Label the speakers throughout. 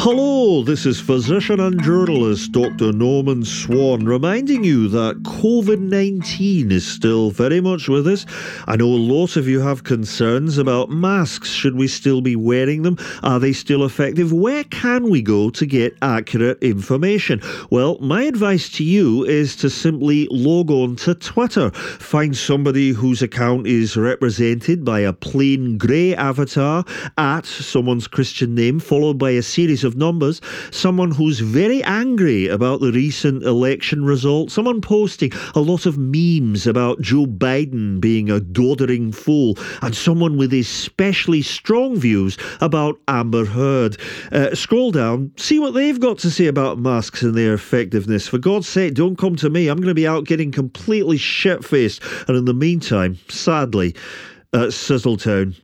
Speaker 1: Hello, this is physician and journalist Dr. Norman Swan reminding you that COVID 19 is still very much with us. I know lots of you have concerns about masks. Should we still be wearing them? Are they still effective? Where can we go to get accurate information? Well, my advice to you is to simply log on to Twitter. Find somebody whose account is represented by a plain grey avatar at someone's Christian name, followed by a series of numbers. Someone who's very angry about the recent election result. Someone posting a lot of memes about Joe Biden being a doddering fool. And someone with especially strong views about Amber Heard. Uh, scroll down, see what they've got to say about masks and their effectiveness. For God's sake, don't come to me. I'm going to be out getting completely shit faced. And in the meantime, sadly, at Sizzletown.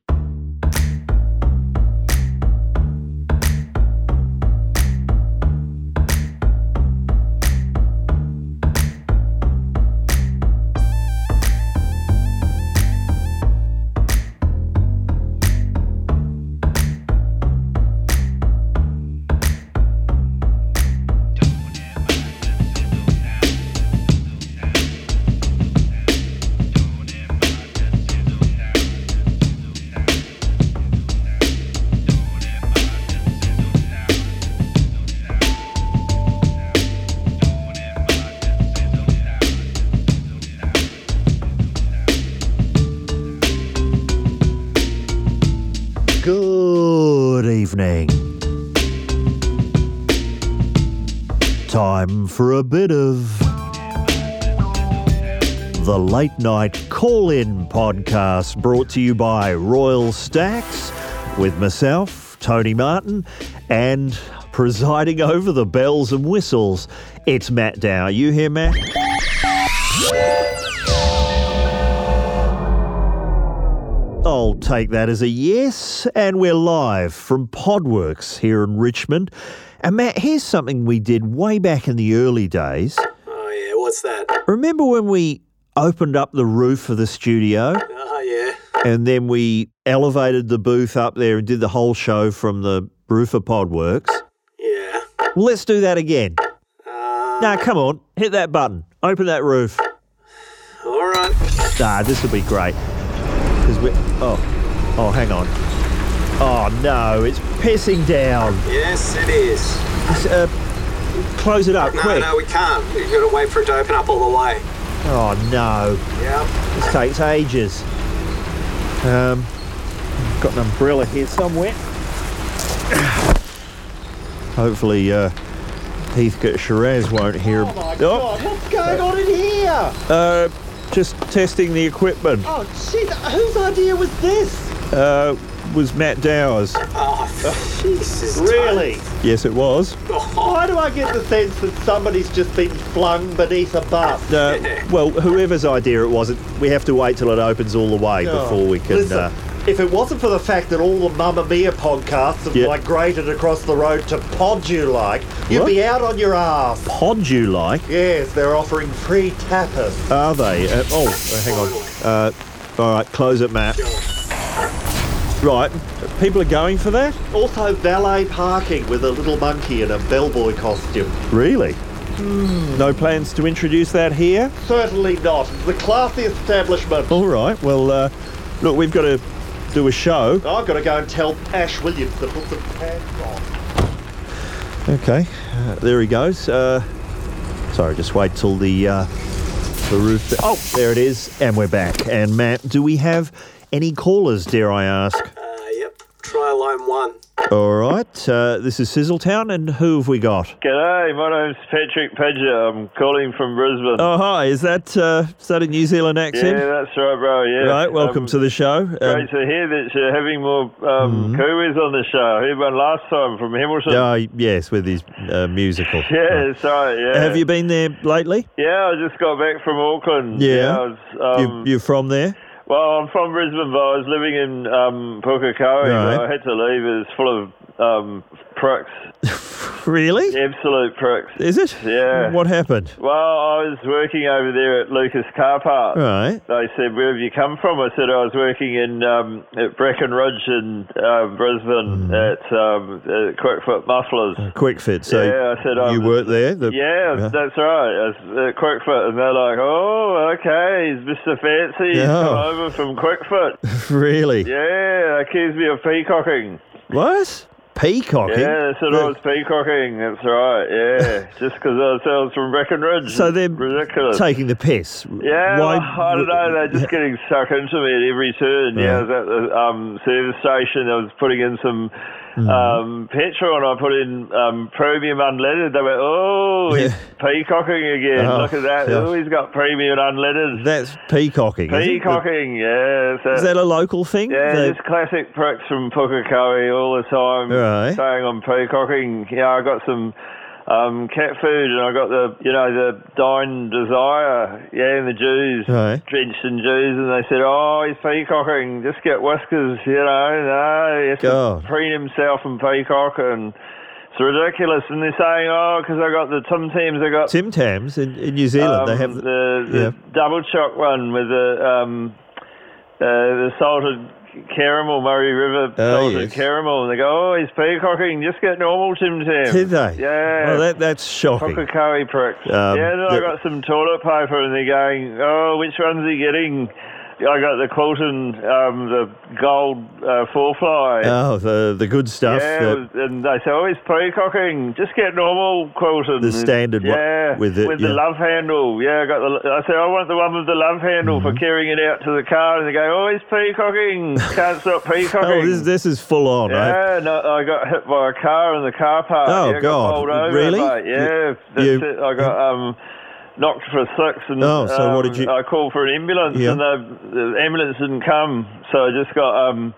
Speaker 1: Good evening. Time for a bit of the Late Night Call In podcast brought to you by Royal Stacks with myself, Tony Martin, and presiding over the bells and whistles, it's Matt Dow. You hear Matt? I'll take that as a yes. And we're live from Podworks here in Richmond. And Matt, here's something we did way back in the early days.
Speaker 2: Oh yeah, what's that?
Speaker 1: Remember when we opened up the roof of the studio
Speaker 2: Oh yeah.
Speaker 1: and then we elevated the booth up there and did the whole show from the roof of Podworks?
Speaker 2: Yeah.
Speaker 1: Well, let's do that again.
Speaker 2: Uh,
Speaker 1: Now, come on, hit that button, open that roof.
Speaker 2: all right.
Speaker 1: Ah, this will be great. Because we Oh, oh, hang on. Oh, no, it's pissing down.
Speaker 2: Yes, it is.
Speaker 1: It's, uh, close it up,
Speaker 2: No,
Speaker 1: quick.
Speaker 2: no, we can't. We've got to wait for it to open up all the way.
Speaker 1: Oh, no.
Speaker 2: Yeah.
Speaker 1: This takes ages. Um, got an umbrella here somewhere. Hopefully, uh, Heathcote Shiraz won't hear. Oh my God! What's going on in here? Uh, just testing the equipment. Oh shit! Whose idea was this? Uh, was Matt Dowers.
Speaker 2: Oh, Jesus.
Speaker 3: Really?
Speaker 1: Yes, it was.
Speaker 2: Tony. Oh,
Speaker 3: Why do I get the sense that somebody's just been flung beneath a bus?
Speaker 1: Uh, well, whoever's idea it was, it, we have to wait till it opens all the way before we can.
Speaker 3: Oh, Listen,
Speaker 1: Uh,
Speaker 3: if it wasn't for the fact that all the Mamma Mia podcasts have
Speaker 1: Yeah.
Speaker 3: migrated across the road to Pod You Like, you'd
Speaker 1: What?
Speaker 3: be out on your ass.
Speaker 1: pod you like.
Speaker 3: Yes, they're offering free tapas.
Speaker 1: Are they? Uh, oh, uh, hang on. Uh, all right, close it, Matt. Right, people are going for that?
Speaker 3: Also, valet parking with a little monkey in a bellboy costume.
Speaker 1: Really? No plans to introduce that here?
Speaker 3: Certainly not. It's the classy establishment.
Speaker 1: All right, well, uh, look, we've got to do a show.
Speaker 3: I've got to go and tell Ash Williams to put some pants on.
Speaker 1: Okay, uh, there he goes. Uh, sorry, just wait till the, uh, the roof. Oh, there it is, and we're back. And Matt, do we have any callers, dare I ask?
Speaker 2: uh, yep. Try line one.
Speaker 1: All right, uh, this is Sizzletown, and who have we got?
Speaker 4: G'day, my name's Patrick Padgett. I'm calling from Brisbane.
Speaker 1: Oh hi, is that uh, is that a New Zealand
Speaker 4: yeah,
Speaker 1: accent?
Speaker 4: that's right, bro. Yeah.
Speaker 1: right, welcome
Speaker 4: Um,
Speaker 1: to the show. Um, Mm-hmm.
Speaker 4: Great to hear that you're having more um, Kiwis on the show. Who won last time from Hamilton?
Speaker 1: uh, yes, with his uh, musical.
Speaker 4: Yeah,
Speaker 1: Right.
Speaker 4: that's right. Yeah.
Speaker 1: Have you been there lately?
Speaker 4: Yeah, I just got back from Auckland.
Speaker 1: Yeah.
Speaker 4: I was, um,
Speaker 1: you, you're from there?
Speaker 4: Well, I'm from Brisbane, but I was living in um, Pukekohe.
Speaker 1: Right.
Speaker 4: but I had to leave. It was full of um, pricks.
Speaker 1: Really?
Speaker 4: Absolute pricks.
Speaker 1: Is it?
Speaker 4: Yeah.
Speaker 1: What happened?
Speaker 4: Well, I was working over there at Lucas Car Park.
Speaker 1: Right.
Speaker 4: They said, "Where have you come from?" I said, "I was working in um, at Breckenridge in uh, Brisbane
Speaker 1: Mm-hmm.
Speaker 4: at um, uh, Quickfoot Mufflers."
Speaker 1: Quick fit. So
Speaker 4: Yeah, I said I
Speaker 1: you
Speaker 4: was-
Speaker 1: weren't there. The-
Speaker 4: Yeah, that's right. It's uh, Quickfoot, and they're like, "Oh, okay, he's Mr. Fancy. He's come
Speaker 1: Yeah.
Speaker 4: over from Quickfoot."
Speaker 1: Really?
Speaker 4: yeah, accused me of peacocking.
Speaker 1: What? Peacocking.
Speaker 4: Yeah, they said I
Speaker 1: The-
Speaker 4: was peacocking. That's right. Yeah, just because I was- I was from Breckenridge.
Speaker 1: So they're
Speaker 4: ridiculous.
Speaker 1: taking the piss.
Speaker 4: Yeah,
Speaker 1: Why-
Speaker 4: I don't know. They're just getting stuck into me at every turn. Yeah, I was at the um, service station. I was putting in some
Speaker 1: Mm-hmm.
Speaker 4: um, petrol, and I put in um, premium unleaded. They went, "Oh, he's
Speaker 1: Yeah.
Speaker 4: peacocking again!
Speaker 1: Oh,
Speaker 4: Look at that!
Speaker 1: yeah.
Speaker 4: Oh, he's got premium unleaded.
Speaker 1: That's peacocking. isn't it?
Speaker 4: peacocking, yeah. So,
Speaker 1: Is that a local thing?
Speaker 4: yeah,
Speaker 1: The-
Speaker 4: just classic pricks from Pukekohe all the time,
Speaker 1: Right.
Speaker 4: saying I'm peacocking. Yeah, I got some um, cat food and I got the, you know, the Dine Desire, yeah, and the Jews,
Speaker 1: Right.
Speaker 4: drenched in Jews, and they said, oh, he's peacocking, just get whiskers, you know, no, he has
Speaker 1: God.
Speaker 4: to preen himself and peacock, and it's ridiculous. And they're saying, oh, because I got the Tim Tams, I got
Speaker 1: Tim Tams in, in New Zealand, they
Speaker 4: um,
Speaker 1: have
Speaker 4: the, the
Speaker 1: yeah.
Speaker 4: double choc one with the um, uh, the salted caramel Murray River
Speaker 1: Oh,
Speaker 4: salted
Speaker 1: yes.
Speaker 4: caramel, and they go, "Oh, he's peacocking. Just get normal Tim Tam."
Speaker 1: Did they?
Speaker 4: Yeah.
Speaker 1: Well, that, that's shocking.
Speaker 4: Pukekohe pricks.
Speaker 1: Um,
Speaker 4: yeah, then I
Speaker 1: the-
Speaker 4: got some toilet paper, and they're going, "Oh, which one's he getting?" I got the Quilton, um, the gold uh, four fly.
Speaker 1: Oh, the the good stuff.
Speaker 4: Yeah,
Speaker 1: the-
Speaker 4: it was- and they say, oh, he's peacocking. Just get normal Quilton.
Speaker 1: The standard one
Speaker 4: Yeah,
Speaker 1: with it,
Speaker 4: the
Speaker 1: yeah.
Speaker 4: love handle. Yeah, I got the. I said, I want the one with the love handle
Speaker 1: Mm-hmm.
Speaker 4: for carrying it out to the car. And they go, oh, he's peacocking. Can't stop peacocking.
Speaker 1: oh, this, this is full on. I have-
Speaker 4: yeah, no, I got hit by a car in the car park.
Speaker 1: Oh,
Speaker 4: yeah,
Speaker 1: God.
Speaker 4: Got bowled over,
Speaker 1: Really?
Speaker 4: mate. Yeah,
Speaker 1: You-
Speaker 4: that's
Speaker 1: you-
Speaker 4: it. I got um, knocked for six, and
Speaker 1: Oh, so what
Speaker 4: um,
Speaker 1: did you-
Speaker 4: I called for an ambulance,
Speaker 1: Yeah.
Speaker 4: and the, the ambulance didn't come, so I just got um.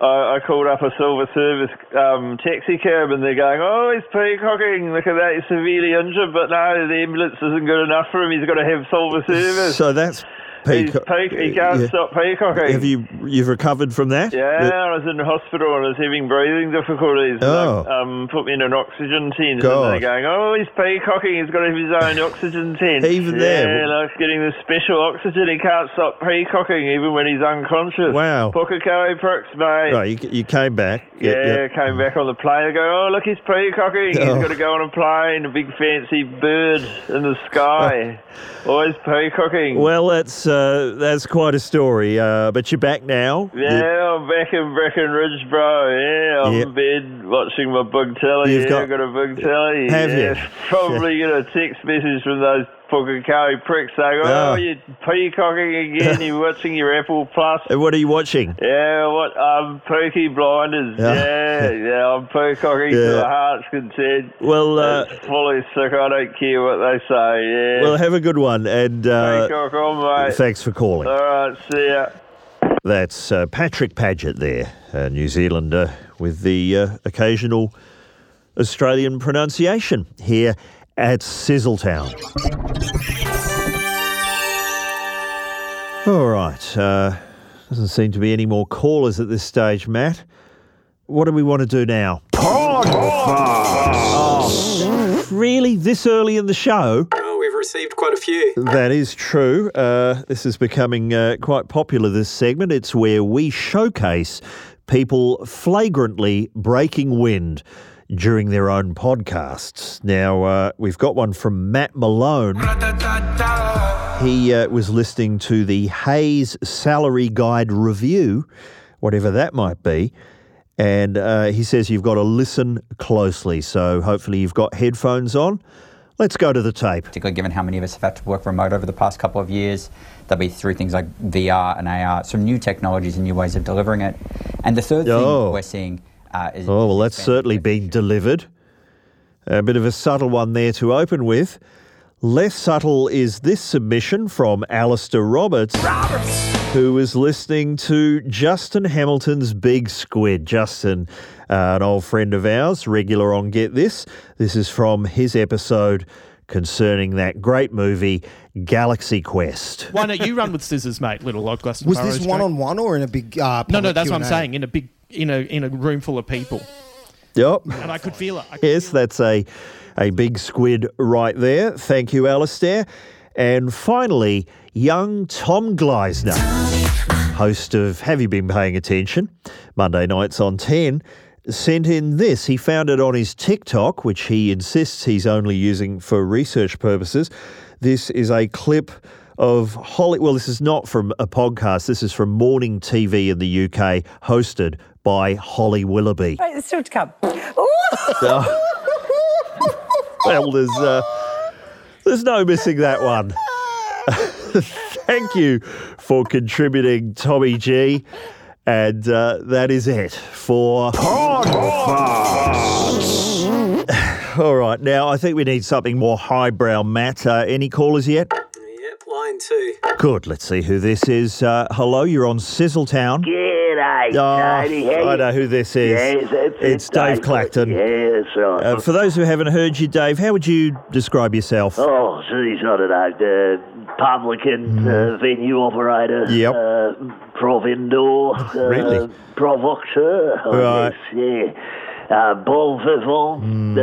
Speaker 4: I I called up a silver service um, taxi cab and they're going, oh, he's peacocking. Look at that, he's severely injured, but no, the ambulance isn't good enough for him. He's got to have silver service.
Speaker 1: So that's
Speaker 4: he's
Speaker 1: peacock.
Speaker 4: peac- he can't
Speaker 1: yeah.
Speaker 4: stop peacocking.
Speaker 1: Have you you've recovered from that?
Speaker 4: Yeah,
Speaker 1: The-
Speaker 4: I was in the hospital and I was having breathing difficulties. and
Speaker 1: Oh.
Speaker 4: they, um, put me in an oxygen tent.
Speaker 1: God.
Speaker 4: And they're going, oh, he's peacocking. He's got to have his own oxygen tent.
Speaker 1: Even
Speaker 4: yeah,
Speaker 1: there?
Speaker 4: Yeah, like getting this special oxygen. He can't stop peacocking even when he's unconscious.
Speaker 1: Wow.
Speaker 4: Pukekohe pricks, mate.
Speaker 1: Right, you, you came back.
Speaker 4: Yeah, came back on the plane. They go, oh, look, he's peacocking.
Speaker 1: Oh.
Speaker 4: He's got to go on a plane, a big fancy bird in the sky. Always peacocking.
Speaker 1: Well, that's uh, that's quite a story. Uh, but you're back now.
Speaker 4: Yeah, I'm back in Breckenridge, bro. Yeah, I'm in bed watching my big telly.
Speaker 1: You've
Speaker 4: yeah,
Speaker 1: got-
Speaker 4: I've got a big telly.
Speaker 1: Have you?
Speaker 4: yeah, Probably get a text message from those Pukekohe pricks saying,
Speaker 1: Oh.
Speaker 4: oh, you're peacocking again. you're watching your Apple Plus.
Speaker 1: And what are you watching?
Speaker 4: Yeah, what? Um, Pokey Blinders.
Speaker 1: Yeah.
Speaker 4: Yeah, yeah, I'm peacocking
Speaker 1: Yeah.
Speaker 4: to the heart's content.
Speaker 1: Well, uh,
Speaker 4: It's fully sick. I don't care what they say. Yeah.
Speaker 1: well, have a good one. And uh,
Speaker 4: peacock on, mate.
Speaker 1: thanks for calling.
Speaker 4: All right, see ya.
Speaker 1: That's uh, Patrick Paget there, a New Zealander with the uh, occasional Australian pronunciation here at Sizzletown. All right. Uh, doesn't seem to be any more callers at this stage, Matt. What do we want to do now? Oh, really? This early in the show?
Speaker 2: Oh, we've received quite a few.
Speaker 1: That is true. Uh, this is becoming uh, quite popular, this segment. It's where we showcase people flagrantly breaking wind during their own podcasts. Now, uh, we've got one from Matt Malone. He uh, was listening to the Hayes Salary Guide review, whatever that might be. And uh, he says you've got to listen closely. So hopefully you've got headphones on. Let's go to the tape.
Speaker 5: particularly given how many of us have had to work remote over the past couple of years. That'll be through things like VR and AR, some new technologies and new ways of delivering it. And the third
Speaker 1: Oh.
Speaker 5: thing we're seeing uh, is.
Speaker 1: Oh, well, that's certainly been delivered. A bit of a subtle one there to open with. Less subtle is this submission from Alistair Roberts, who was listening to Justin Hamilton's Big Squid. Justin, uh, an old friend of ours, regular on Get This. This is from his episode concerning that great movie, Galaxy Quest.
Speaker 6: Why not you run with scissors, mate? Little Lord Glastonbury.
Speaker 7: Was this one on one or in a big? Uh,
Speaker 6: No, no,
Speaker 7: public
Speaker 6: that's what I'm
Speaker 7: Q&A?
Speaker 6: saying. In a big, in a in a room full of people.
Speaker 1: Yep.
Speaker 6: and I could feel it. I could
Speaker 1: Yes, that's a, a big squid right there. Thank you, Alistair. And finally, young Tom Gleisner, host of Have You Been Paying Attention? Monday nights on 10, sent in this. He found it on his TikTok, which he insists he's only using for research purposes. This is a clip of Holly. Well, this is not from a podcast, this is from morning TV in the UK, hosted by Holly Willoughby.
Speaker 8: Right, it's still to come. Ooh,
Speaker 1: Oh. well, there's uh, there's no missing that one. Thank you for contributing, Tommy G. And uh, that is it for All right, now I think we need something more highbrow, Matt. Uh, any callers yet?
Speaker 2: Yep, line two.
Speaker 1: Good. Let's see who this is. Uh, hello, you're on Sizzletown.
Speaker 4: G'day,
Speaker 1: Oh,
Speaker 4: Tony. How
Speaker 1: I
Speaker 4: you-
Speaker 1: know who this is.
Speaker 4: Yes, it's,
Speaker 1: It's Dave Clacton.
Speaker 4: Yeah, that's right.
Speaker 1: Uh, for those who haven't heard you, Dave, how would you describe yourself?
Speaker 4: oh, geez, I don't know. The publican, uh, venue operator,
Speaker 1: Mm-hmm. Yep.
Speaker 4: uh, provendor, uh,
Speaker 1: Really?
Speaker 4: provocateur, I
Speaker 1: Right. Mm.
Speaker 4: guess, yeah. Uh, bon vivant, uh,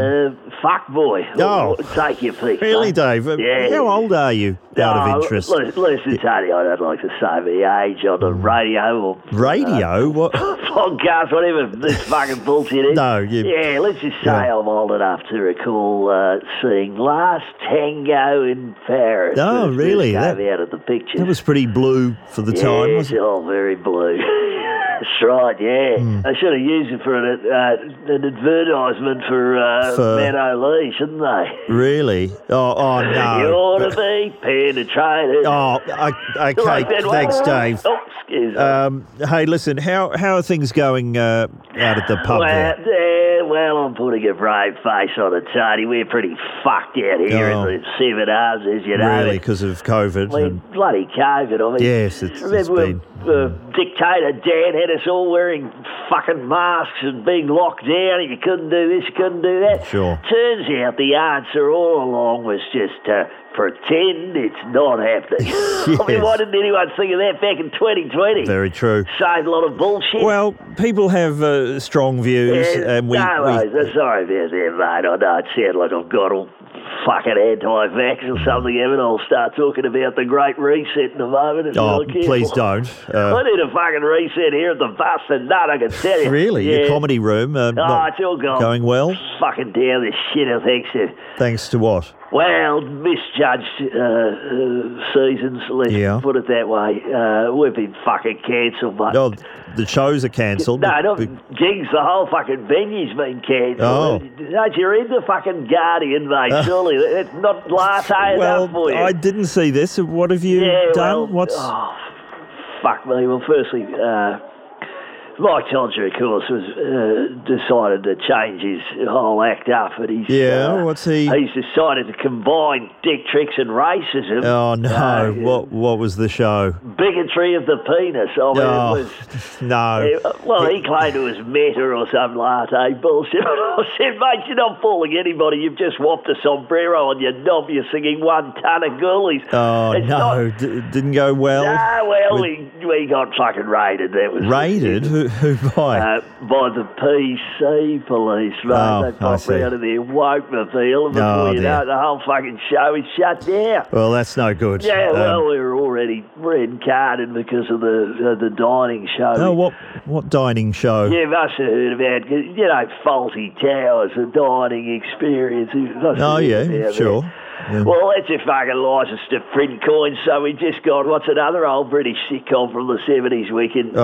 Speaker 4: fuckboy.
Speaker 1: Oh.
Speaker 4: Take your pick.
Speaker 1: Really,
Speaker 4: mate.
Speaker 1: Dave? Uh,
Speaker 4: Yeah.
Speaker 1: How old are you, out
Speaker 4: Oh,
Speaker 1: of interest? Mm.
Speaker 4: li- Listen, Tony, I don't like to say my age on the radio or
Speaker 1: Radio? What?
Speaker 4: podcast, whatever this fucking bullshit is.
Speaker 1: No, you-
Speaker 4: Yeah, let's just say
Speaker 1: Yeah.
Speaker 4: I'm old enough to recall uh, seeing Last Tango in Paris.
Speaker 1: Oh,
Speaker 4: when it first
Speaker 1: really?
Speaker 4: Came
Speaker 1: That-
Speaker 4: out of the picture.
Speaker 1: That was pretty blue for the
Speaker 4: yes,
Speaker 1: time, wasn't it?
Speaker 4: oh, very blue. That's right, yeah.
Speaker 1: Hmm.
Speaker 4: They should have used it for an, uh, an advertisement for, uh,
Speaker 1: For-
Speaker 4: Menno Lee, shouldn't they?
Speaker 1: Really? Oh, oh
Speaker 4: You ought
Speaker 1: no.
Speaker 4: to be penetrated.
Speaker 1: Oh, I, okay.
Speaker 4: Like that one.
Speaker 1: Thanks, Dave.
Speaker 4: Oh, excuse me.
Speaker 1: Um, hey, listen, how, how are things going uh, out at the pub
Speaker 4: Well,
Speaker 1: there?
Speaker 4: yeah, well, I'm putting a brave face on it, Tony. We're pretty fucked out here
Speaker 1: Oh.
Speaker 4: in the seven arms, as you know.
Speaker 1: Really, because of COVID?
Speaker 4: I mean,
Speaker 1: and-
Speaker 4: bloody COVID. I mean,
Speaker 1: Yes, it's- it's
Speaker 4: remember when uh, dictator Dan had us all wearing fucking masks and being locked down, and you couldn't do this, you couldn't do that.
Speaker 1: Sure.
Speaker 4: Turns out the answer all along was just to pretend it's not happening. I mean, why
Speaker 1: Yes.
Speaker 4: didn't anyone think of that back in 2020?
Speaker 1: very true.
Speaker 4: Saved a lot of bullshit.
Speaker 1: Well, people have uh, strong views,
Speaker 4: Yeah,
Speaker 1: and uh, we,
Speaker 4: no,
Speaker 1: we-
Speaker 4: worries. I'm sorry about that, mate. I know it sounds like I've got all fucking anti-vax or something, haven't I? I'll start talking about the Great Reset in a moment. if
Speaker 1: oh,
Speaker 4: you're not careful.
Speaker 1: please don't.
Speaker 4: I
Speaker 1: Uh,
Speaker 4: need a fucking reset here at the bus and nut, I can tell you.
Speaker 1: really,
Speaker 4: yeah.
Speaker 1: your comedy room uh,
Speaker 4: Oh,
Speaker 1: not
Speaker 4: it's all gone.
Speaker 1: going well,
Speaker 4: Fucking down this shit, I think. So.
Speaker 1: thanks to what?
Speaker 4: Well, misjudged uh, uh, seasons, let's
Speaker 1: Yeah.
Speaker 4: put it that way. Uh, we've been fucking cancelled, mate.
Speaker 1: Oh, the shows are cancelled.
Speaker 4: No, not
Speaker 1: Be-
Speaker 4: Jigs. The whole fucking venue's been
Speaker 1: Oh. Uh.
Speaker 4: cancelled. Don't you read the fucking Guardian, mate? Surely that's not latte
Speaker 1: well,
Speaker 4: enough for you.
Speaker 1: I didn't see this. What have you
Speaker 4: yeah,
Speaker 1: done?
Speaker 4: well,
Speaker 1: What's
Speaker 4: oh, fuck me. Well, firstly, uh, Mike Todger, of course, was uh, decided to change his whole act up, and he's
Speaker 1: Yeah,
Speaker 4: uh,
Speaker 1: what's he-
Speaker 4: He's decided to combine dick tricks and racism.
Speaker 1: Oh no!
Speaker 4: Uh,
Speaker 1: what what was the show?
Speaker 4: bigotry of the penis? I mean,
Speaker 1: Oh,
Speaker 4: it was.
Speaker 1: no.
Speaker 4: Yeah, uh, well, he claimed it was meta or some latte bullshit. I said, mate, you're not fooling anybody. You've just whopped a sombrero on your knob. You're singing one ton of ghoulies.
Speaker 1: Oh
Speaker 4: It's
Speaker 1: no!
Speaker 4: not-
Speaker 1: D- didn't go well.
Speaker 4: Ah, well, we, we got fucking raided. That was
Speaker 1: Raided? Who, who by?
Speaker 4: Uh, by the PC police, mate.
Speaker 1: Oh,
Speaker 4: they
Speaker 1: I
Speaker 4: popped
Speaker 1: see.
Speaker 4: round and they woke the field, and
Speaker 1: Oh,
Speaker 4: before you know
Speaker 1: dear.
Speaker 4: it, the whole fucking show is shut down.
Speaker 1: well, that's no good.
Speaker 4: Yeah,
Speaker 1: Um,
Speaker 4: well, we were already red carded because of the uh, the dining show.
Speaker 1: no, what what dining show?
Speaker 4: You must have heard about, you know, faulty towers, the dining experience. You must have
Speaker 1: oh
Speaker 4: heard
Speaker 1: yeah,
Speaker 4: about
Speaker 1: sure.
Speaker 4: that.
Speaker 1: Yeah.
Speaker 4: Well, that's a fucking license to print coins, so we just got, what's another old British sitcom from the 70s we can
Speaker 1: Oh.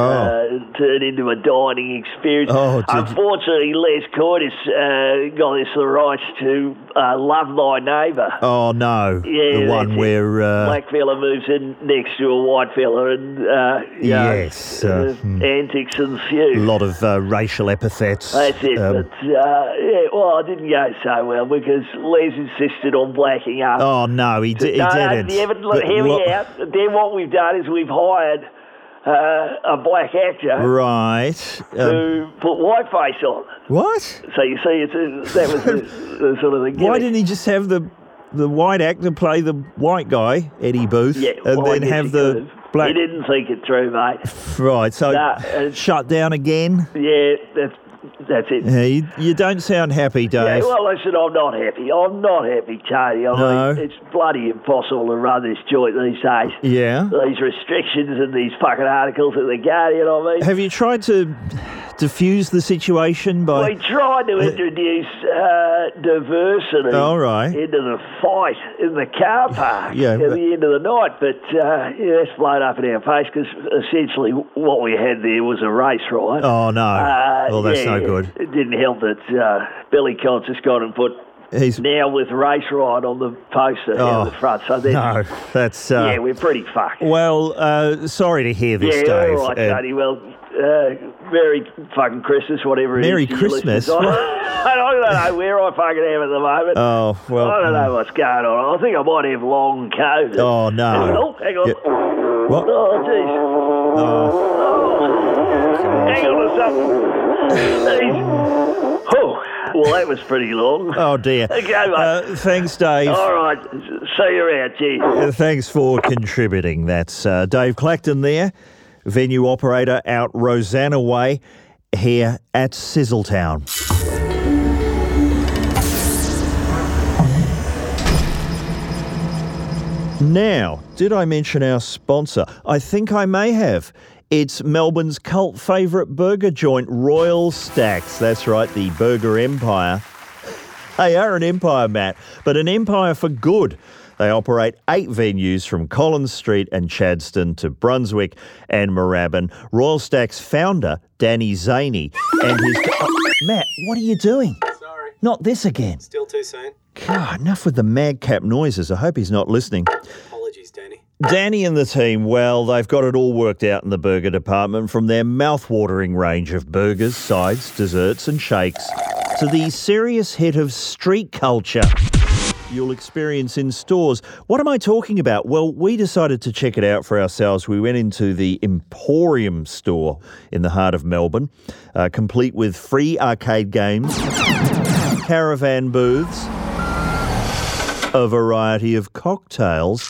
Speaker 4: uh, turn into a dining experience.
Speaker 1: Oh, did you-
Speaker 4: Unfortunately, Les Court has uh, got us the rights to uh, Love Thy Neighbour.
Speaker 1: oh no,
Speaker 4: Yeah,
Speaker 1: the one
Speaker 4: that's it.
Speaker 1: where uh,
Speaker 4: Black fella moves in next to a white fella and, uh, you know,
Speaker 1: Yes, uh, hmm.
Speaker 4: antics
Speaker 1: a
Speaker 4: ensue.
Speaker 1: lot of uh, racial epithets.
Speaker 4: That's it.
Speaker 1: Um,
Speaker 4: but uh, yeah, well, I didn't go so well because Les insisted on blacking up.
Speaker 1: oh no, he, d- he
Speaker 4: no,
Speaker 1: didn't.
Speaker 4: No, you haven't- look,
Speaker 1: But
Speaker 4: hear
Speaker 1: what-
Speaker 4: me out. Then what we've done is we've hired uh, a black actor
Speaker 1: Right. Um,
Speaker 4: who put whiteface on.
Speaker 1: what?
Speaker 4: So you see, it's a, that was the, the sort of the.
Speaker 1: Why
Speaker 4: gimmick.
Speaker 1: didn't he just have the the white actor play the white guy, Eddie Booth,
Speaker 4: Yeah,
Speaker 1: and
Speaker 4: well, I
Speaker 1: then
Speaker 4: guess
Speaker 1: have
Speaker 4: he
Speaker 1: the
Speaker 4: could've.
Speaker 1: Black.
Speaker 4: You didn't think it through, mate.
Speaker 1: Right, so
Speaker 4: Nah, uh,
Speaker 1: shut down again.
Speaker 4: Yeah, that's, that's it.
Speaker 1: Yeah, you, you don't sound happy,
Speaker 4: Yeah,
Speaker 1: Dave.
Speaker 4: well, listen, I'm not happy. I'm not happy, Tony. I
Speaker 1: No.
Speaker 4: mean, it's bloody impossible to run this joint these days.
Speaker 1: yeah.
Speaker 4: These restrictions and these fucking articles at the Guardian, I mean.
Speaker 1: Have you tried to diffuse the situation by?
Speaker 4: We tried to introduce uh, diversity
Speaker 1: Oh, All right.
Speaker 4: into the fight in the car park
Speaker 1: Eh? Yeah,
Speaker 4: at
Speaker 1: but-
Speaker 4: the end of the night, but uh, yeah, that's blown up in our face because essentially what we had there was a race riot.
Speaker 1: Oh no!
Speaker 4: Uh,
Speaker 1: oh, that's
Speaker 4: yeah,
Speaker 1: no good.
Speaker 4: It didn't help that uh, Billy Codd just got and put
Speaker 1: He's
Speaker 4: now with race riot on the poster
Speaker 1: Oh,
Speaker 4: out the front. So then,
Speaker 1: no. That's uh,
Speaker 4: yeah, we're pretty fucked.
Speaker 1: well. Uh, sorry to hear this,
Speaker 4: yeah,
Speaker 1: Dave.
Speaker 4: all right,
Speaker 1: Uh,
Speaker 4: Tony. Well, uh, Merry fucking Christmas, whatever it is.
Speaker 1: Merry
Speaker 4: to your
Speaker 1: Christmas?
Speaker 4: listeners. I don't, I don't know where I fucking am at the moment.
Speaker 1: oh well.
Speaker 4: I don't know what's going on. I think I might have long COVID.
Speaker 1: Oh no!
Speaker 4: Oh, hang on.
Speaker 1: Yeah. What?
Speaker 4: Oh, jeez.
Speaker 1: Oh,
Speaker 4: Hang on a second. Jeez. Oh, well, that was pretty long.
Speaker 1: oh dear.
Speaker 4: Okay, mate.
Speaker 1: Uh, thanks, Dave.
Speaker 4: All right. See you around, jeez.
Speaker 1: Uh, Thanks for contributing. That's uh, Dave Clacton there, venue operator out Rosanna Way here at Sizzletown. Now, did I mention our sponsor? I think I may have. It's Melbourne's cult favourite burger joint, Royal Stacks. That's right, the Burger Empire. They are an empire, Matt, but an empire for good. They operate eight venues from Collins Street and Chadston to Brunswick and Moorabbin. Royal Stack's founder, Danny Zaney, and his. Oh, Matt, what are you doing?
Speaker 2: Sorry,
Speaker 1: Not this again.
Speaker 2: still too soon.
Speaker 1: God, enough with the madcap noises. I hope he's not listening.
Speaker 2: Apologies, Danny.
Speaker 1: Danny and the team, well, they've got it all worked out in the burger department from their mouth-watering range of burgers, sides, desserts and shakes to the serious hit of street culture you'll experience in stores. What am I talking about? Well, we decided to check it out for ourselves. We went into the Emporium store in the heart of Melbourne, uh, complete with free arcade games, caravan booths, a variety of cocktails,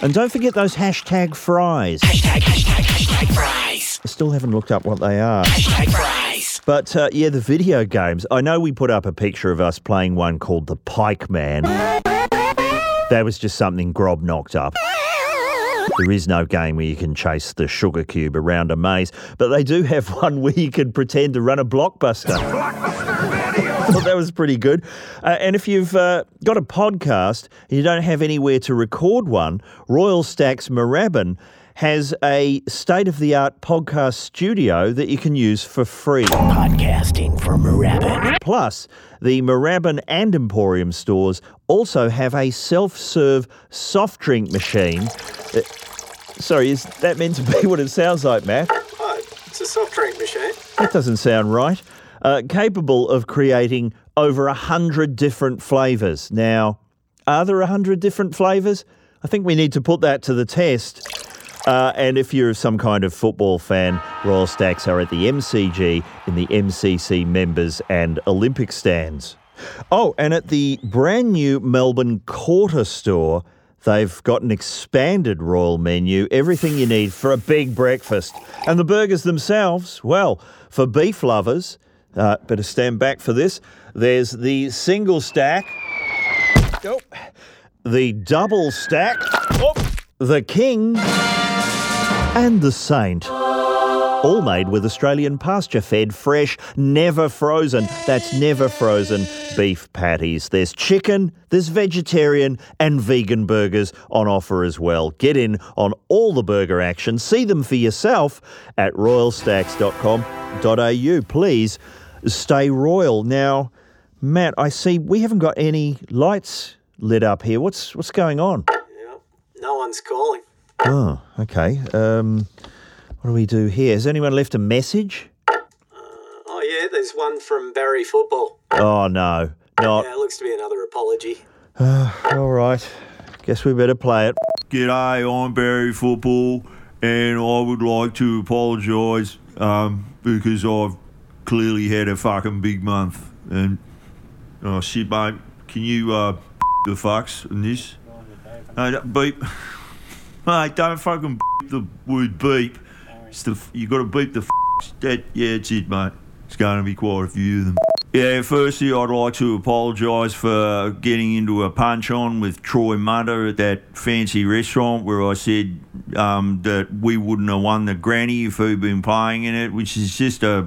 Speaker 1: and don't forget those hashtag fries.
Speaker 9: Hashtag, hashtag, hashtag fries.
Speaker 1: I still haven't looked up what they are.
Speaker 9: Hashtag fries.
Speaker 1: But uh, yeah, the video games. I know we put up a picture of us playing one called The Pike Man. That was just something Grob knocked up. There is no game where you can chase the sugar cube around a maze, but they do have one where you can pretend to run a blockbuster. Well, that was pretty good. Uh, and if you've uh, got a podcast and you don't have anywhere to record one, Royal Stacks Moorabbin has a state of the art podcast studio that you can use for free.
Speaker 9: Podcasting from Rabbit.
Speaker 1: Plus, the Moorabbin and Emporium stores also have a self serve soft drink machine. Uh, sorry, is that meant to be what it sounds like, Matt?
Speaker 2: Oh, it's a soft drink machine.
Speaker 1: That doesn't sound right. Uh, capable of creating over a hundred different flavours. Now, are there a hundred different flavours? I think we need to put that to the test. Uh, and if you're some kind of football fan, Royal Stacks are at the MCG in the MCC members and Olympic stands. Oh, and at the brand new Melbourne Quarter store, they've got an expanded Royal menu, everything you need for a big breakfast. And the burgers themselves, well, for beef lovers, uh, better stand back for this. There's the single stack, oh, the double stack, oh, the king, and the saint. All made with Australian pasture fed, fresh, never frozen. That's never frozen beef patties. There's chicken, there's vegetarian and vegan burgers on offer as well. Get in on all the burger action. See them for yourself at royalstacks.com.au. Please stay royal. Now, Matt, I see we haven't got any lights lit up here. What's what's going on?
Speaker 2: No one's calling.
Speaker 1: Oh, okay. Um, what do we do here? Has anyone left a message?
Speaker 2: Oh yeah, there's one from Barry Football.
Speaker 1: Oh no, not
Speaker 2: Yeah, it looks to be another apology.
Speaker 1: all right. Guess we better play it.
Speaker 10: G'day, I'm Barry Football, and I would like to apologise um, because I've clearly had a fucking big month. And oh shit, mate, can you uh, the fucks in this? No, no, beep. Mate, don't fucking beep the word beep. It's the, f- you got to beep the f- that. Yeah, it's it, mate. It's going to be quite a few of them. Yeah, firstly, I'd like to apologise for getting into a punch on with Troy Mutter at that fancy restaurant where I said um, that we wouldn't have won the granny if he'd been playing in it, which is just a,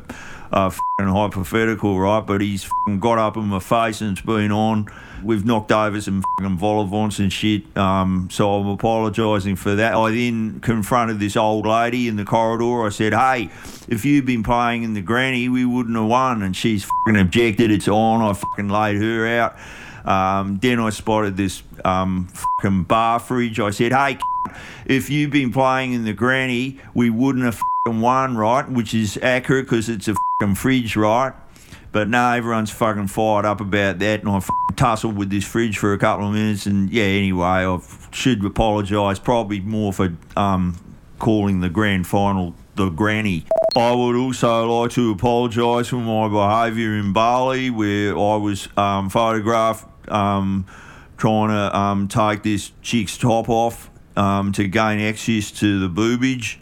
Speaker 10: a fing hypothetical, right? But he's fing got up in my face and it's been on. We've knocked over some fing volivants and shit, um, so I'm apologising for that. I then confronted this old lady in the corridor. I said, "Hey, if you'd been playing in the granny, we wouldn't have won." And she's fing objected. It's on. I fing laid her out. Um, then I spotted this um, fucking bar fridge. I said, "Hey, if you've been playing in the granny, we wouldn't have fucking won, right?" Which is accurate because it's a fucking fridge, right? But no, everyone's fucking fired up about that, and I fucking tussled with this fridge for a couple of minutes. And yeah, anyway, I f- should apologise probably more for um, calling the grand final the granny. I would also like to apologise for my behaviour in Bali, where I was um, photographed um, trying to um, take this chick's top off um, to gain access to the boobage.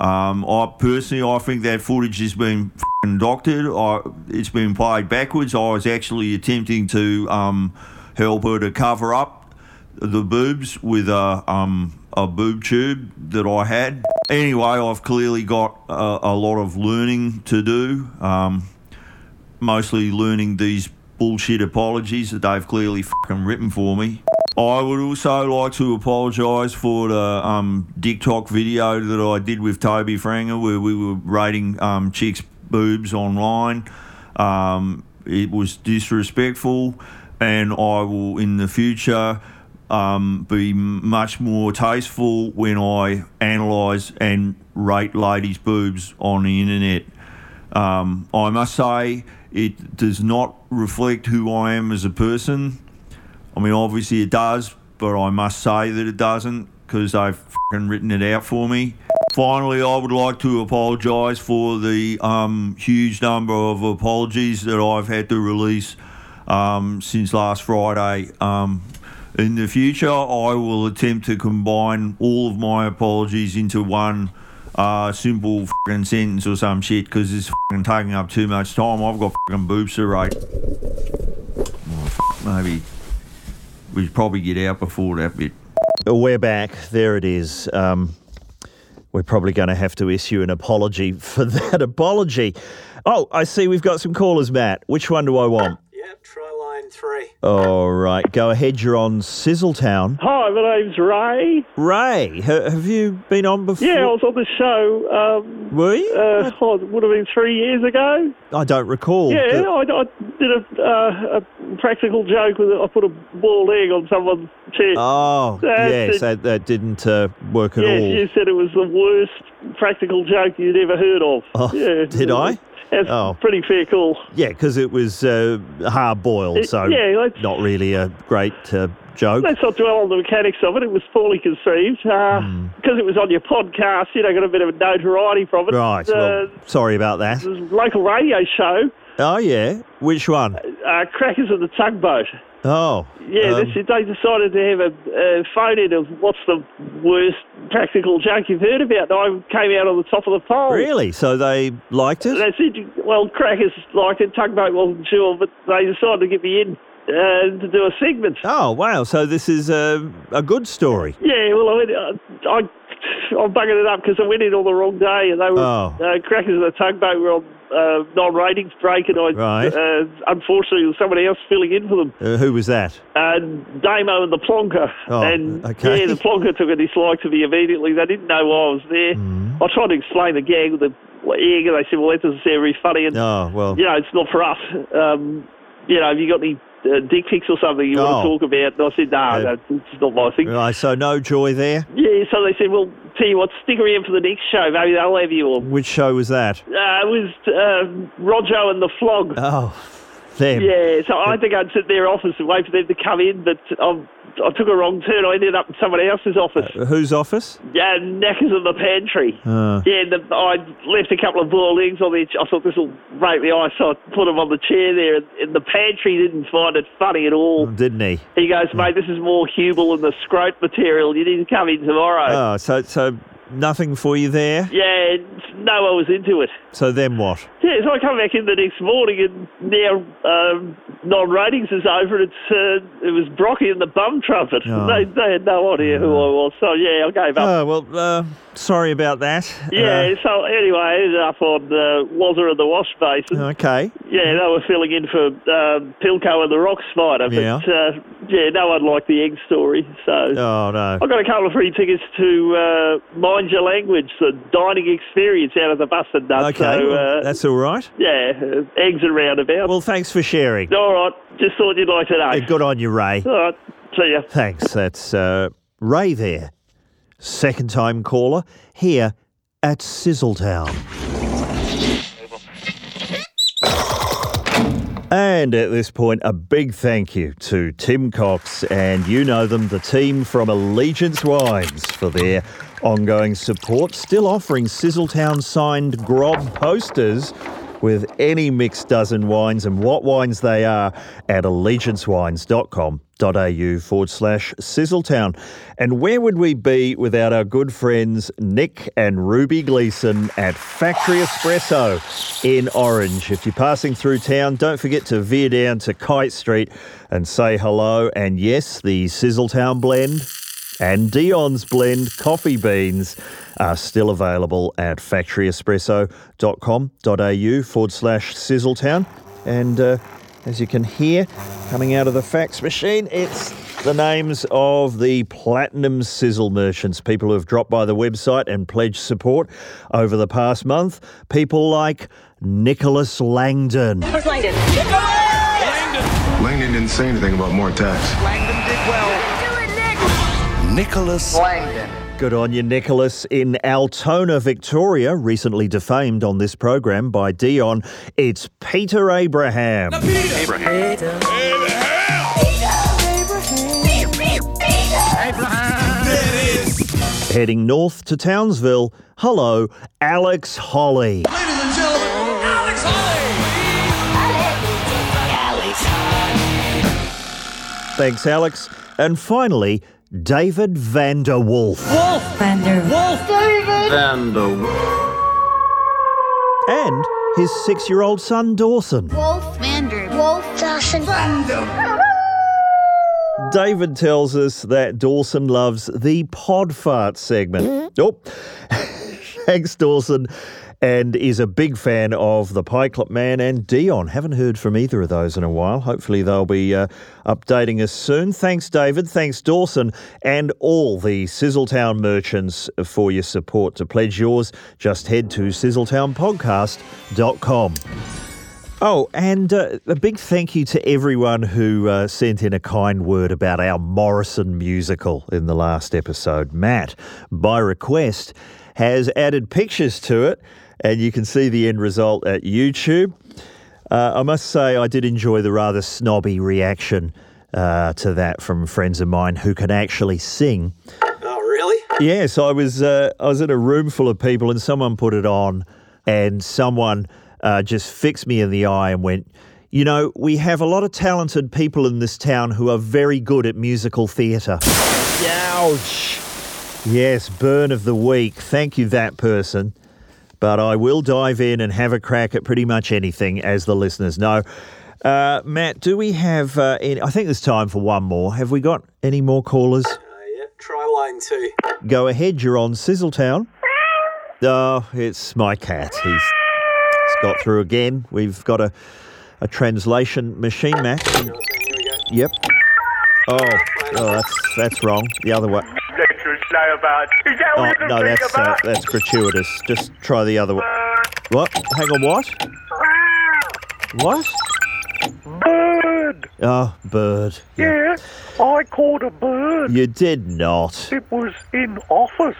Speaker 10: Um, I personally, I think that footage has been fing doctored. I, it's been played backwards. I was actually attempting to um, help her to cover up the boobs with a um, a boob tube that I had. Anyway, I've clearly got a, a lot of learning to do. Um, mostly learning these bullshit apologies that they've clearly fucking written for me. I would also like to apologise for the um, TikTok video that I did with Toby Franger where we were rating um, chicks' boobs online. Um, it was disrespectful, and I will in the future um, be much more tasteful when I analyse and rate ladies' boobs on the internet. Um, I must say, it does not reflect who I am as a person. I mean, obviously it does, but I must say that it doesn't because they've fing written it out for me. Finally, I would like to apologise for the um, huge number of apologies that I've had to release um, since last Friday. Um, in the future, I will attempt to combine all of my apologies into one uh, simple fucking sentence or some shit because it's fucking taking up too much time. I've got fucking boobs to rate. Oh, fuck, maybe we'd probably get out before that bit.
Speaker 1: Oh, We're back. There it is. Um, we're probably going to have to issue an apology for that apology. Oh, I see we've got some callers, Matt. Which one do I want?
Speaker 2: Yeah, try line three.
Speaker 1: All right, go ahead. You're on Sizzletown.
Speaker 4: Hi, my name's Ray.
Speaker 1: Ray, ha- have you been on before?
Speaker 4: Yeah, I was on the show. Um,
Speaker 1: Were you?
Speaker 4: Uh, oh, it would have been three years ago.
Speaker 1: I don't recall.
Speaker 4: uh, yeah,
Speaker 1: The-
Speaker 4: I, I did a, uh, a practical joke with it. I put a bald egg on someone's chest.
Speaker 1: Oh, yes, that, that didn't uh, work at
Speaker 4: yeah,
Speaker 1: all.
Speaker 4: you said it was the worst practical joke you'd ever heard of.
Speaker 1: Oh,
Speaker 4: yeah,
Speaker 1: did I?
Speaker 4: That's
Speaker 1: Oh.
Speaker 4: pretty fair call.
Speaker 1: Yeah, because it was uh, hard boiled,
Speaker 4: It-
Speaker 1: so
Speaker 4: yeah, let's-
Speaker 1: not really a great uh, joke.
Speaker 4: Let's not dwell on the mechanics of it. It was poorly conceived because
Speaker 1: Hmm.
Speaker 4: it was on your podcast. You know, got a bit of a notoriety from it.
Speaker 1: Right, well,
Speaker 4: Uh,
Speaker 1: sorry about that.
Speaker 4: this local radio show,
Speaker 1: Oh, yeah, which one?
Speaker 4: uh, Crackers of the Tugboat.
Speaker 1: Oh,
Speaker 4: Yeah,
Speaker 1: um,
Speaker 4: this is, they decided to have a, a phone in of what's the worst practical joke you've heard about. And I came out on the top of the poll.
Speaker 1: really? So they liked it?
Speaker 4: They said, well, Crackers liked it, Tugboat wasn't sure, but they decided to get me in uh, to do a segment.
Speaker 1: Oh, wow, so this is a, a good story.
Speaker 4: Yeah, well, I, went, uh, I I'm bugging it up because I went in on the wrong day, and they were
Speaker 1: Oh.
Speaker 4: uh, crackers in the tugboat were on uh, non-ratings break, and I
Speaker 1: Right.
Speaker 4: uh, unfortunately there was someone else filling in for them.
Speaker 1: Uh, who was that?
Speaker 4: And Damo and the Plonker,
Speaker 1: Oh,
Speaker 4: and
Speaker 1: okay.
Speaker 4: yeah, the Plonker took a dislike to me immediately. They didn't know why I was there.
Speaker 1: Mm.
Speaker 4: I tried to explain the gag with the egg, and they said, "Well, that doesn't sound very funny." And
Speaker 1: Oh, well,
Speaker 4: you know, it's not for us. Um, you know, have you got any uh, dick pics or something you
Speaker 1: Oh.
Speaker 4: want to talk about? And I said, "No,
Speaker 1: Yeah.
Speaker 4: no, it's not my thing."
Speaker 1: right, so no joy there.
Speaker 4: Yeah, so they said, well, tell you what, stick around for the next show. Maybe they'll have you on.
Speaker 1: Which show was that?
Speaker 4: Uh, it was uh, Rojo and the Flog.
Speaker 1: Oh, them.
Speaker 4: yeah, so I think I'd sit in their office and wait for them to come in, but I'm I took a wrong turn. I ended up in someone else's office.
Speaker 1: Whose office?
Speaker 4: Yeah, knackers in the pantry.
Speaker 1: Uh.
Speaker 4: Yeah, the, I left a couple of boiled eggs on there. I thought this will break the ice, so I put them on the chair there. And, and the pantry didn't find it funny at all.
Speaker 1: Didn't he?
Speaker 4: He goes, mate, this is more Hubel and the scrote material. You need to come in tomorrow.
Speaker 1: Oh, so so nothing for you there.
Speaker 4: Yeah, and no one was into it.
Speaker 1: So then what?
Speaker 4: Yeah, so I come back in the next morning, and now um, non-ratings is over. It's uh, it was Brocky and the Bum Trumpet.
Speaker 1: Oh.
Speaker 4: They, they had no idea who I was. So yeah, I gave up.
Speaker 1: Oh well, uh, sorry about that.
Speaker 4: yeah. so anyway, I ended up on uh, Wazza and the Wash Basin.
Speaker 1: Uh, okay.
Speaker 4: Yeah, they were filling in for um, Pilco and the Rock Spider. But
Speaker 1: Yeah.
Speaker 4: uh, yeah, no one liked the egg story. So
Speaker 1: Oh no.
Speaker 4: I got a couple of free tickets to uh, Mind Your Language, the dining experience out of the Busted Nut.
Speaker 1: Okay,
Speaker 4: So,
Speaker 1: well,
Speaker 4: uh,
Speaker 1: that's all right.
Speaker 4: yeah, uh, eggs and roundabouts.
Speaker 1: Well, thanks for sharing.
Speaker 4: All right, just thought you'd like to know.
Speaker 1: Yeah, good on you, Ray.
Speaker 4: All right, see ya.
Speaker 1: Thanks. That's uh, Ray there, second time caller here at Sizzletown. And at this point, a big thank you to Tim Cox and you know them, the team from Allegiance Wines, for their ongoing support. Still offering Sizzletown signed grog posters with any mixed dozen wines and what wines they are at allegiancewines.com.au forward slash Sizzletown. And where would we be without our good friends Nick and Ruby Gleason at Factory Espresso in Orange? If you're passing through town, don't forget to veer down to Kite Street and say hello. And yes, the Sizzletown blend and Dion's Blend coffee beans are still available at factoryespresso.com.au forward slash sizzletown. And uh, as you can hear, coming out of the fax machine, it's the names of the platinum sizzle merchants, people who have dropped by the website and pledged support over the past month. People like Nicholas Langdon.
Speaker 3: Nicholas Langdon.
Speaker 11: Langdon didn't say anything about more attacks.
Speaker 3: Langdon did well. Nicholas Langdon.
Speaker 1: Good on you, Nicholas. In Altona, Victoria, recently defamed on this program by Dion, it's Peter Abraham.
Speaker 3: Abraham.
Speaker 1: Heading north to Townsville, hello, Alex Holly.
Speaker 3: Ladies and gentlemen, Alex Holly.
Speaker 1: Thanks, Alex. And finally, David Vanderwolf.
Speaker 3: Wolf. Vander. Wolf. David.
Speaker 2: Uh,
Speaker 1: Vanderwolf. And his six year old son, Dawson.
Speaker 3: Wolf. Vander. Wolf. Dawson. Vander.
Speaker 1: David tells us that Dawson loves the pod fart segment. Oh, thanks, Dawson. And is a big fan of the Pyclop Man and Dion. Haven't heard from either of those in a while. Hopefully, they'll be uh, updating us soon. Thanks, David. Thanks, Dawson. And all the Sizzletown merchants for your support. To pledge yours, just head to sizzletownpodcast.com. Oh, and uh, a big thank you to everyone who uh, sent in a kind word about our Morrison musical in the last episode. Matt, by request, has added pictures to it, and you can see the end result at YouTube. Uh, I must say, I did enjoy the rather snobby reaction uh, to that from friends of mine who can actually sing.
Speaker 2: Oh, really?
Speaker 1: Yes, I was. Uh, I was in a room full of people, and someone put it on, and someone uh, just fixed me in the eye and went, "You know, we have a lot of talented people in this town who are very good at musical theatre." Ouch. Yes, burn of the week. Thank you, that person. But I will dive in and have a crack at pretty much anything, as the listeners know. Uh, Matt, do we have? Uh, any, I think there's time for one more. Have we got any more callers?
Speaker 2: Try line two.
Speaker 1: Go ahead, you're on Sizzletown. Oh, it's my cat. He's, he's got through again. We've got a, a translation machine, Mac. Yep. Oh, oh, that's that's wrong. The other way.
Speaker 3: Nicholas Langdon. Is that
Speaker 1: Oh,
Speaker 3: what you
Speaker 1: no,
Speaker 3: think
Speaker 1: that's uh,
Speaker 3: about?
Speaker 1: that's gratuitous. Just try the other way. What? Hang on, what? What?
Speaker 3: Bird.
Speaker 1: Oh, bird.
Speaker 3: Yeah. I caught a bird.
Speaker 1: You did not.
Speaker 3: It was in office.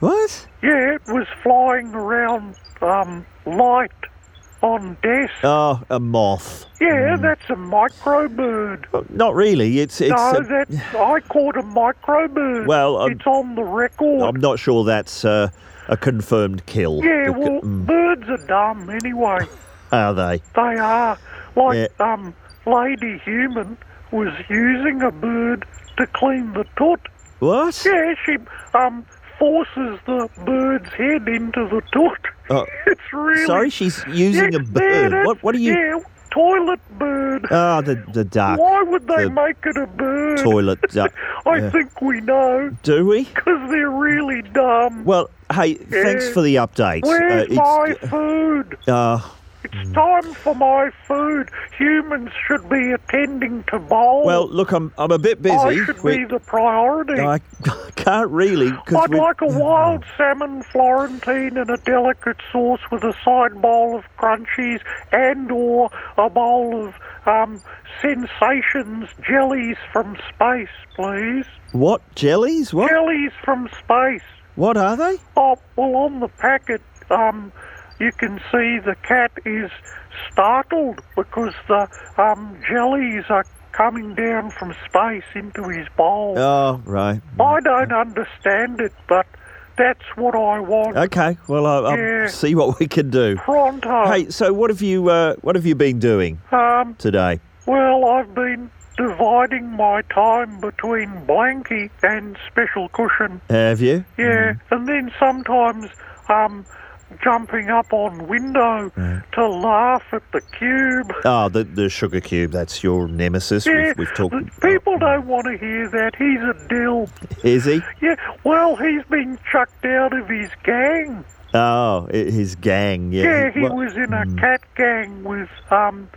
Speaker 1: What?
Speaker 3: Yeah, it was flying around um, light
Speaker 4: on desk.
Speaker 1: Oh, a moth.
Speaker 4: Yeah,
Speaker 1: Mm.
Speaker 4: that's a micro bird.
Speaker 1: Not really. It's it's.
Speaker 4: no,
Speaker 1: a-
Speaker 4: that's I caught a micro bird.
Speaker 1: Well, um,
Speaker 4: it's on the record.
Speaker 1: I'm not sure that's uh, a confirmed kill.
Speaker 4: yeah,
Speaker 1: Bec-
Speaker 4: well,
Speaker 1: mm,
Speaker 4: birds are dumb anyway.
Speaker 1: are they?
Speaker 4: They are like
Speaker 1: Yeah.
Speaker 4: um, lady human was using a bird to clean the toot.
Speaker 1: What?
Speaker 4: Yeah, she um forces the bird's head into the toot.
Speaker 1: Oh,
Speaker 4: It's really
Speaker 1: Sorry, she's using
Speaker 4: Yeah,
Speaker 1: a bird.
Speaker 4: yeah,
Speaker 1: What? What are you?
Speaker 4: Yeah, toilet bird.
Speaker 1: Ah, the the duck.
Speaker 4: Why would they
Speaker 1: the
Speaker 4: make it a bird?
Speaker 1: toilet duck.
Speaker 4: I
Speaker 1: Yeah.
Speaker 4: think we know
Speaker 1: Do we?
Speaker 4: because they're really dumb.
Speaker 1: Well, hey, thanks
Speaker 4: Yeah.
Speaker 1: for the update. Uh,
Speaker 4: Where's
Speaker 1: it's-
Speaker 4: my food?
Speaker 1: uh,
Speaker 4: It's time for my food. Humans should be attending to bowls.
Speaker 1: well, look, I'm I'm a bit busy.
Speaker 4: Oh. I should
Speaker 1: We-
Speaker 4: be the priority.
Speaker 1: I can't really because
Speaker 4: I'd like a wild salmon Florentine and a delicate sauce with a side bowl of crunchies and or a bowl of um, sensations jellies from space, please.
Speaker 1: what jellies? What?
Speaker 4: Jellies from space.
Speaker 1: What are they?
Speaker 4: Oh, well, on the packet, um, you can see the cat is startled because the um, jellies are coming down from space into his bowl.
Speaker 1: Oh, right.
Speaker 4: I don't understand it, but that's what I want.
Speaker 1: Okay. Well, I'll, I'll
Speaker 4: Yeah.
Speaker 1: see what we can do.
Speaker 4: Pronto.
Speaker 1: Hey, so what have you uh, what have you been doing
Speaker 4: Um,
Speaker 1: today?
Speaker 4: well, I've been dividing my time between blankie and special cushion.
Speaker 1: Have you?
Speaker 4: Yeah, and then sometimes um, jumping up on window to laugh at the cube.
Speaker 1: Ah, the the sugar cube. That's your nemesis.
Speaker 4: Yeah,
Speaker 1: We've, we've talked.
Speaker 4: the people don't want to hear that. He's a dill.
Speaker 1: Is he?
Speaker 4: Yeah, well, he's been chucked out of his gang.
Speaker 1: Oh, i- his gang. Yeah.
Speaker 4: Yeah, he
Speaker 1: well, mm.
Speaker 4: was in a cat gang with um,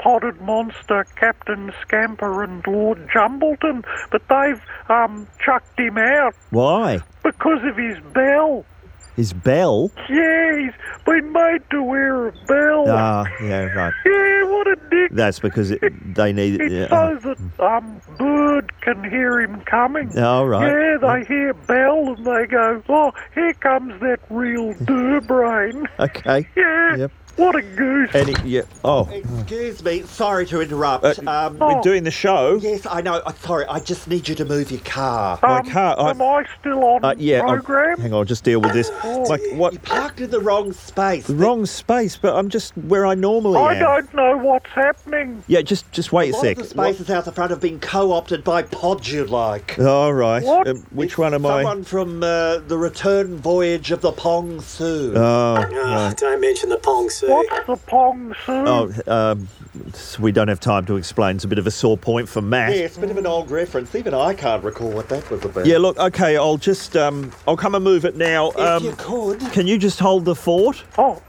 Speaker 4: Potted Monster, Captain Scamper, and Lord Jumbleton, but they've um, chucked him out
Speaker 1: Why?
Speaker 4: because of his bell.
Speaker 1: His bell.
Speaker 4: Yeah, he's been made to wear a bell.
Speaker 1: Ah, yeah, right.
Speaker 4: Yeah, what a dick.
Speaker 1: That's because it, they need.
Speaker 4: It's
Speaker 1: yeah, uh,
Speaker 4: so that um, bird can hear him coming.
Speaker 1: Oh, right.
Speaker 4: Yeah, they hear bell and they go, oh, here comes that real durbrain.
Speaker 1: okay.
Speaker 4: Yeah,
Speaker 1: Yep.
Speaker 4: what a goose.
Speaker 1: Any, yeah. Oh.
Speaker 3: Excuse me, sorry to interrupt.
Speaker 1: Uh,
Speaker 3: um,
Speaker 1: we're
Speaker 4: Oh.
Speaker 1: doing the show.
Speaker 3: Yes, I know. I'm sorry, I just need you to move your car.
Speaker 4: Uh,
Speaker 1: My Um, car- I-
Speaker 4: Am I still on
Speaker 1: Uh, yeah. I'll-
Speaker 4: program? Oh.
Speaker 1: hang on. I'll just deal with this. Like what?
Speaker 3: Parked in the wrong space.
Speaker 1: The wrong space, but I'm just where I normally
Speaker 4: I
Speaker 1: am.
Speaker 4: don't know what's happening.
Speaker 1: Yeah, just just wait a,
Speaker 3: A lot
Speaker 1: sec.
Speaker 3: of the spaces out the front have been co-opted by Pod You Like.
Speaker 1: All right.
Speaker 3: What?
Speaker 1: Um, which one am I?
Speaker 3: Someone from uh, the return voyage of the Pong Su.
Speaker 1: Oh,
Speaker 2: Ah,
Speaker 1: right.
Speaker 2: Don't mention the Pong Sue.
Speaker 4: What's the Pong Su?
Speaker 1: oh um, s- we don't have time to explain. It's a bit of a sore point for Matt.
Speaker 3: Yeah, it's a bit of an old reference. Even I can't recall what that was about.
Speaker 1: Yeah, look, okay, I'll just um, I'll come and move it now. um,
Speaker 3: you could.
Speaker 1: Can you just hold the fort?
Speaker 4: Oh,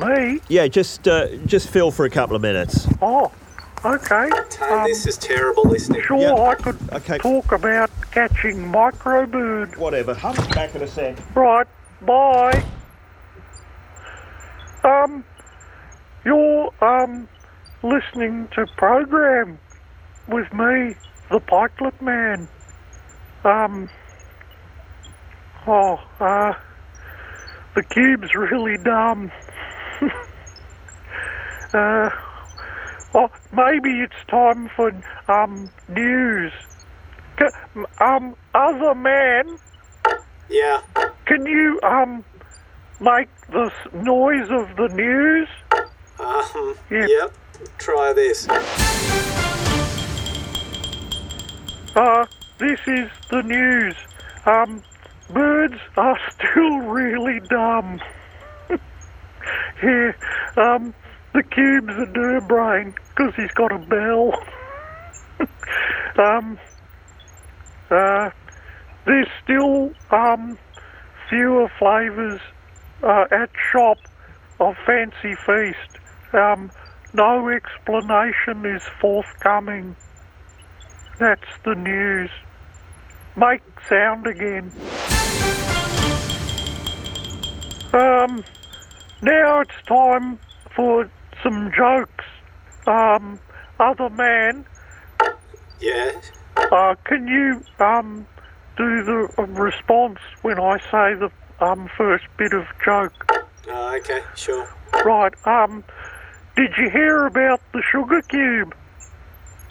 Speaker 4: me?
Speaker 1: Yeah, just uh, just fill for a couple of minutes.
Speaker 4: Oh, okay. Um,
Speaker 2: This is terrible listening.
Speaker 4: sure,
Speaker 1: yeah.
Speaker 4: I could talk about catching microbird.
Speaker 1: Whatever. Come back in a sec.
Speaker 4: Right, bye. Um, you're um listening to program with me, the Pikelet Man. Um, oh, uh, the cube's really dumb. uh, oh, maybe it's time for um news. C- um, other man.
Speaker 2: Yeah.
Speaker 4: Can you um make the s- noise of the news?
Speaker 2: Um,
Speaker 4: Yeah.
Speaker 2: Yep. Try this.
Speaker 4: Uh, this is the news. Um, birds are still really dumb. yeah, um, the cube's a durbrain because he's got a bell. um, uh, there's still um, fewer flavours uh, at shop of Fancy Feast. Um, no explanation is forthcoming. That's the news. Make sound again. Um, now it's time for some jokes. Um, other man,
Speaker 2: Yeah.
Speaker 4: uh, can you um do the um, response when I say the um first bit of joke?
Speaker 2: Uh, Oh, okay, sure.
Speaker 4: Right. Um, Did you hear about the sugar cube?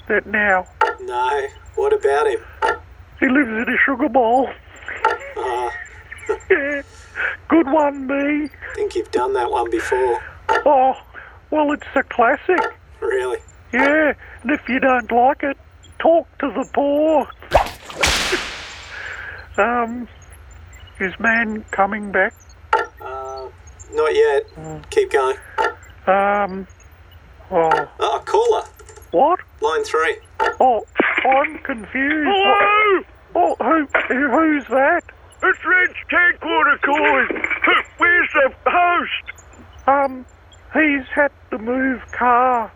Speaker 4: That now.
Speaker 2: No. What about him?
Speaker 4: He lives in a sugar bowl.
Speaker 2: Ah,
Speaker 4: yeah. Good one, me.
Speaker 2: I think you've done that one before.
Speaker 4: Oh, well, it's a classic.
Speaker 2: Really?
Speaker 4: Yeah, and if you don't like it, talk to the poor. um, is man coming back?
Speaker 2: Uh, not yet.
Speaker 4: Mm.
Speaker 2: Keep going.
Speaker 4: Um, oh,
Speaker 2: Oh, caller.
Speaker 4: What?
Speaker 2: Line three.
Speaker 4: oh, I'm confused. Hello? Oh, who, who, who's that? It's Reg Tank Water calling. Where's the host? Um, he's had to move car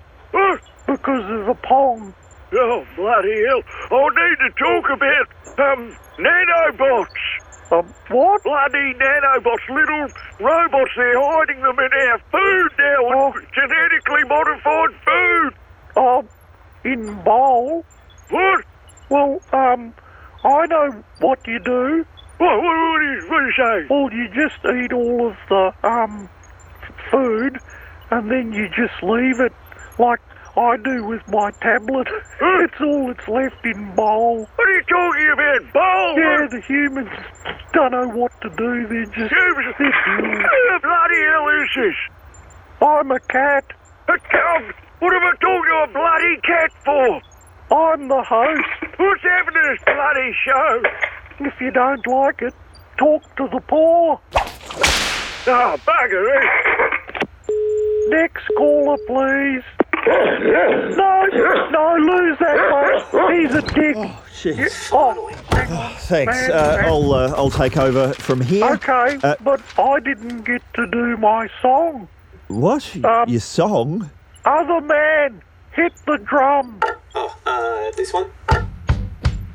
Speaker 4: because of the pong.
Speaker 12: Oh, bloody hell. I need to talk about, um, nanobots.
Speaker 4: Um, what?
Speaker 12: Bloody nanobots, little robots. They're hiding them in our food now.
Speaker 4: Oh.
Speaker 12: It's genetically modified food.
Speaker 4: Um, in bowl.
Speaker 12: What?
Speaker 4: Well, um, I know what you do.
Speaker 12: What, what, what, do you, what do you say?
Speaker 4: Well, you just eat all of the um f- food, and then you just leave it like I do with my tablet. it's all that's left in bowl.
Speaker 12: What are you talking about, bowl?
Speaker 4: Yeah, the humans don't know what to do. They're just
Speaker 12: Humans-
Speaker 4: sitting
Speaker 12: Who the
Speaker 4: there.
Speaker 12: bloody hell is this?
Speaker 4: I'm a cat.
Speaker 12: A cow? What am I talking to a bloody cat for?
Speaker 4: I'm the host.
Speaker 12: What's happening to this bloody show?
Speaker 4: If you don't like it, talk to the poor.
Speaker 12: Ah, bugger it.
Speaker 4: Next caller, please. No, no, lose that one. He's a dick. Oh,
Speaker 1: jeez.
Speaker 4: Oh,
Speaker 1: Thanks. Uh, I'll uh, I'll take over from here.
Speaker 4: okay,
Speaker 1: Uh,
Speaker 4: but I didn't get to do my song.
Speaker 1: what?
Speaker 4: Um,
Speaker 1: Your song?
Speaker 4: Other man, hit the drum.
Speaker 2: Oh, uh, this one.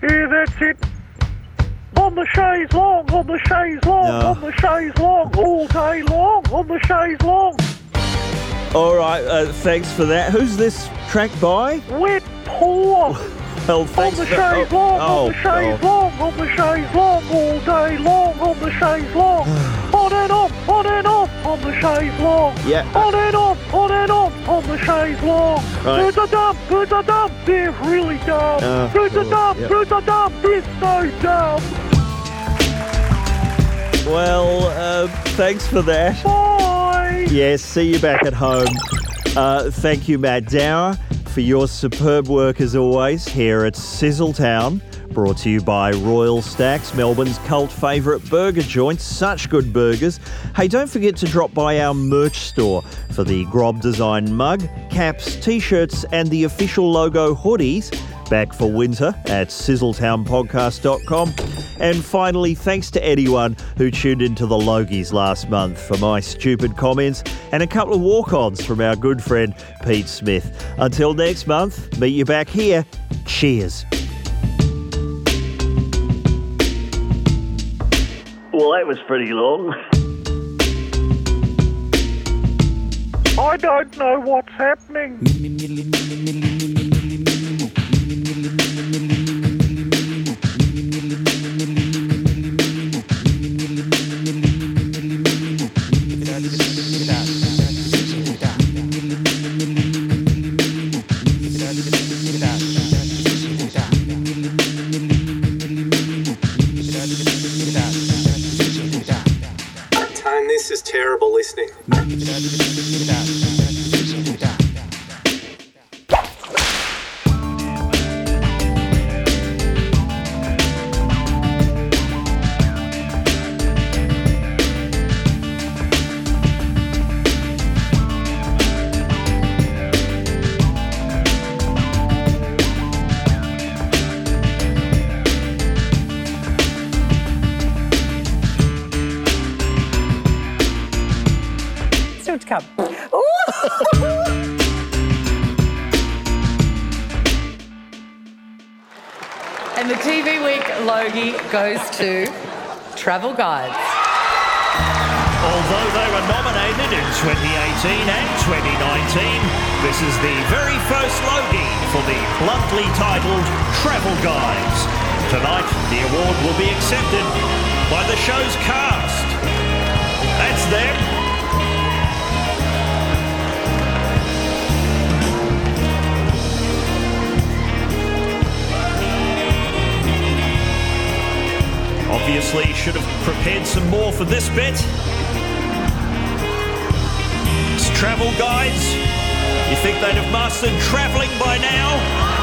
Speaker 4: Yeah, that's it. On the chaise long, on the chaise long,
Speaker 1: No.
Speaker 4: on the chaise long, all day long, on the chaise long.
Speaker 1: All right. Uh, thanks for that. Who's this track by?
Speaker 4: We're poor.
Speaker 1: Well,
Speaker 4: On
Speaker 1: thanks
Speaker 4: the
Speaker 1: for
Speaker 4: chaise
Speaker 1: oh,
Speaker 4: long,
Speaker 1: oh,
Speaker 4: on the chaise
Speaker 1: God.
Speaker 4: long, on the chaise long, all day long, on the chaise long. on and off, on and off, on the chaise long.
Speaker 1: Yeah.
Speaker 4: On and off, on and off, on the chaise long.
Speaker 1: Right.
Speaker 4: There's a dump, there's a dump, they're really dumb.
Speaker 1: Oh,
Speaker 4: there's a
Speaker 1: God,
Speaker 4: dump,
Speaker 1: yeah.
Speaker 4: there's a dump, they're so dumb.
Speaker 1: Well, uh, thanks for that.
Speaker 4: Bye.
Speaker 1: Yes, see you back at home. Uh, thank you, Matt Dower, for your superb work as always here at Sizzletown. Brought to you by Royal Stacks, Melbourne's cult favourite burger joint. Such good burgers. Hey, don't forget to drop by our merch store for the Grob Design mug, caps, t shirts, and the official logo hoodies back for winter at sizzletownpodcast.com. And finally, thanks to anyone who tuned into the Logies last month for my stupid comments and a couple of walk ons from our good friend Pete Smith. Until next month, meet you back here. Cheers.
Speaker 13: Well, that was pretty long.
Speaker 4: I don't know what's happening.
Speaker 2: Tone, this is terrible listening.
Speaker 8: Still to come. Ooh. and the TV Week Logie goes to Travel Guides.
Speaker 14: Although they were nominated in 2018 and 2019, this is the very first Logie for the bluntly titled Travel Guides. Tonight, the award will be accepted by the show's cast. That's them.
Speaker 1: obviously should have prepared some more for this bit. It's travel guides. You think they'd have mastered travelling by now?